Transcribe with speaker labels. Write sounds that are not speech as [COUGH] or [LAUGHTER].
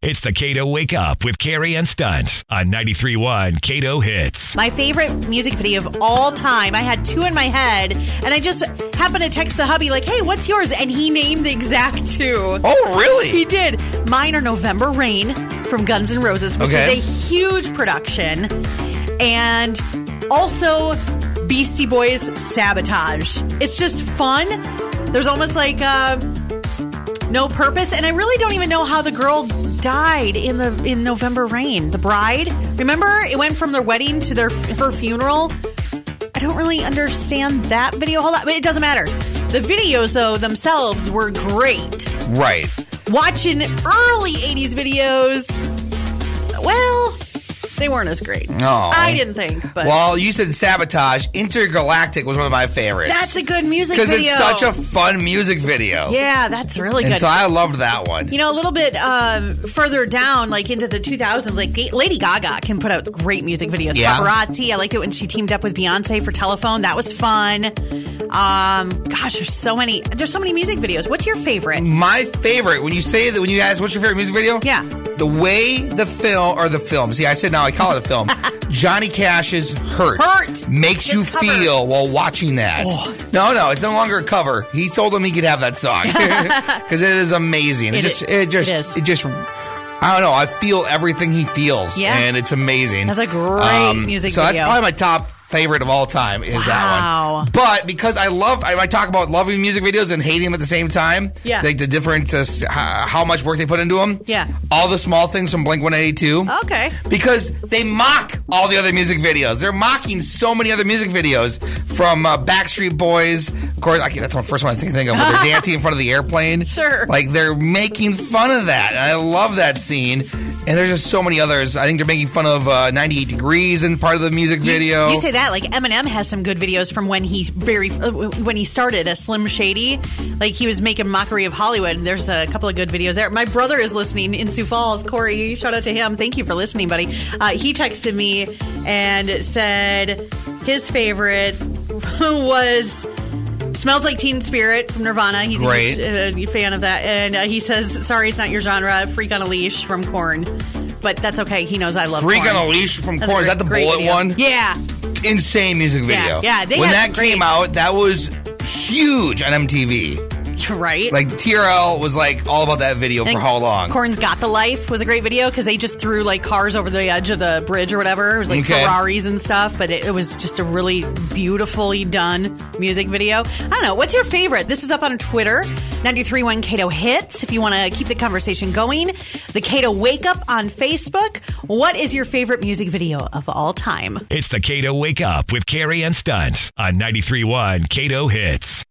Speaker 1: It's the Cato Wake Up with Carrie and Stunts on 93.1 Cato Hits.
Speaker 2: My favorite music video of all time. I had two in my head, and I just happened to text the hubby, like, hey, what's yours? And he named the exact two.
Speaker 3: Oh,
Speaker 2: He
Speaker 3: really?
Speaker 2: did. Mine are November Rain from Guns N' Roses, which
Speaker 3: Okay.
Speaker 2: is a huge production, and also Beastie Boys Sabotage. It's just fun. There's almost like uh, no purpose, and I really don't even know how the girl died in the in November Rain. The bride, remember, it went from their wedding to their her funeral. I don't really understand that video. Hold on, but it doesn't matter. The videos, though, themselves were great
Speaker 3: Right.
Speaker 2: watching early 80s videos, well, they weren't as great.
Speaker 3: No.
Speaker 2: I didn't think, but
Speaker 3: Well, you said sabotage. Intergalactic was one of my favorites.
Speaker 2: that's a good music
Speaker 3: because
Speaker 2: video.
Speaker 3: it's such a fun music video.
Speaker 2: yeah, that's really
Speaker 3: And
Speaker 2: good.
Speaker 3: so I loved that one.
Speaker 2: you know, a little bit um, further down, like into the 2000s, like Lady Gaga can put out great music videos.
Speaker 3: Yeah.
Speaker 2: Paparazzi, I liked it when she teamed up with Beyonce for Telephone. That was fun. Um, gosh, there's so many. There's so many music videos. What's your favorite?
Speaker 3: my favorite when you say that when you ask what's your favorite music video?
Speaker 2: Yeah.
Speaker 3: The way the film or the film. See, I said now I call it
Speaker 2: [LAUGHS]
Speaker 3: a film. Johnny Cash's Hurt.
Speaker 2: Hurt.
Speaker 3: Makes
Speaker 2: His
Speaker 3: you
Speaker 2: cover. Oh.
Speaker 3: feel while watching that. No, no, it's no longer a cover. He told him he could have
Speaker 2: [LAUGHS]
Speaker 3: that song. [LAUGHS] Cuz it is amazing. It,
Speaker 2: It
Speaker 3: just
Speaker 2: i-
Speaker 3: it just
Speaker 2: it is.
Speaker 3: it just I don't know. I feel everything he feels,
Speaker 2: Yeah.
Speaker 3: and it's amazing. Um,
Speaker 2: That's a great music
Speaker 3: So
Speaker 2: video.
Speaker 3: that's probably my top favorite of all time is that
Speaker 2: Wow.
Speaker 3: one. But because I love, I, I talk about loving music videos and hating them at the same time.
Speaker 2: Yeah.
Speaker 3: Like the different, uh, s- h- how much work they put into them.
Speaker 2: Yeah. Oh.
Speaker 3: All the small things from Blink 182.
Speaker 2: Okay.
Speaker 3: Because they mock all the other music videos. They're mocking so many other music videos from uh, Backstreet Boys. Of course, I can, that's the first one I can think of.
Speaker 2: [LAUGHS]
Speaker 3: Where they're dancing in front of the airplane.
Speaker 2: Sure.
Speaker 3: Like they're making fun of that. And I love that scene. And there's just so many others. I think they're making fun of uh, 98 Degrees in part of the music video.
Speaker 2: You say that like Eminem has some good videos from when he very uh, when he started as Slim Shady, like he was making mockery of Hollywood. And there's a couple of good videos there. My brother is listening in Sioux Falls. Corey, shout out to him. Thank you for listening, buddy. Uh, he texted me and said his favorite [LAUGHS] was. Smells like Teen Spirit from Nirvana. He's
Speaker 3: Great.
Speaker 2: a huge uh, fan of that. And uh, he says, sorry, it's not your genre. Freak on a Leash from Korn. But that's okay. He knows I love
Speaker 3: Freak
Speaker 2: Korn.
Speaker 3: on a Leash from
Speaker 2: That's a
Speaker 3: Korn. Is
Speaker 2: great-
Speaker 3: that the
Speaker 2: great
Speaker 3: bullet
Speaker 2: video.
Speaker 3: one?
Speaker 2: Yeah. [LAUGHS]
Speaker 3: Insane music video.
Speaker 2: yeah, they
Speaker 3: when
Speaker 2: had
Speaker 3: that
Speaker 2: some great-
Speaker 3: came out, that was huge on MTV.
Speaker 2: Right?
Speaker 3: Like TRL was like all about that video for
Speaker 2: And
Speaker 3: how long?
Speaker 2: Korn's Got the Life was a great video because they just threw like cars over the edge of the bridge or whatever. It was like
Speaker 3: Okay.
Speaker 2: Ferraris and stuff, but it, it was just a really beautifully done music video. I don't know. What's your favorite? This is up on Twitter, 931 Cato Hits, if you want to keep the conversation going. The Cato Wake Up on Facebook. What is your favorite music video of all time?
Speaker 1: It's the Cato Wake Up with Carrie and Stunts on 93.1 Cato Hits.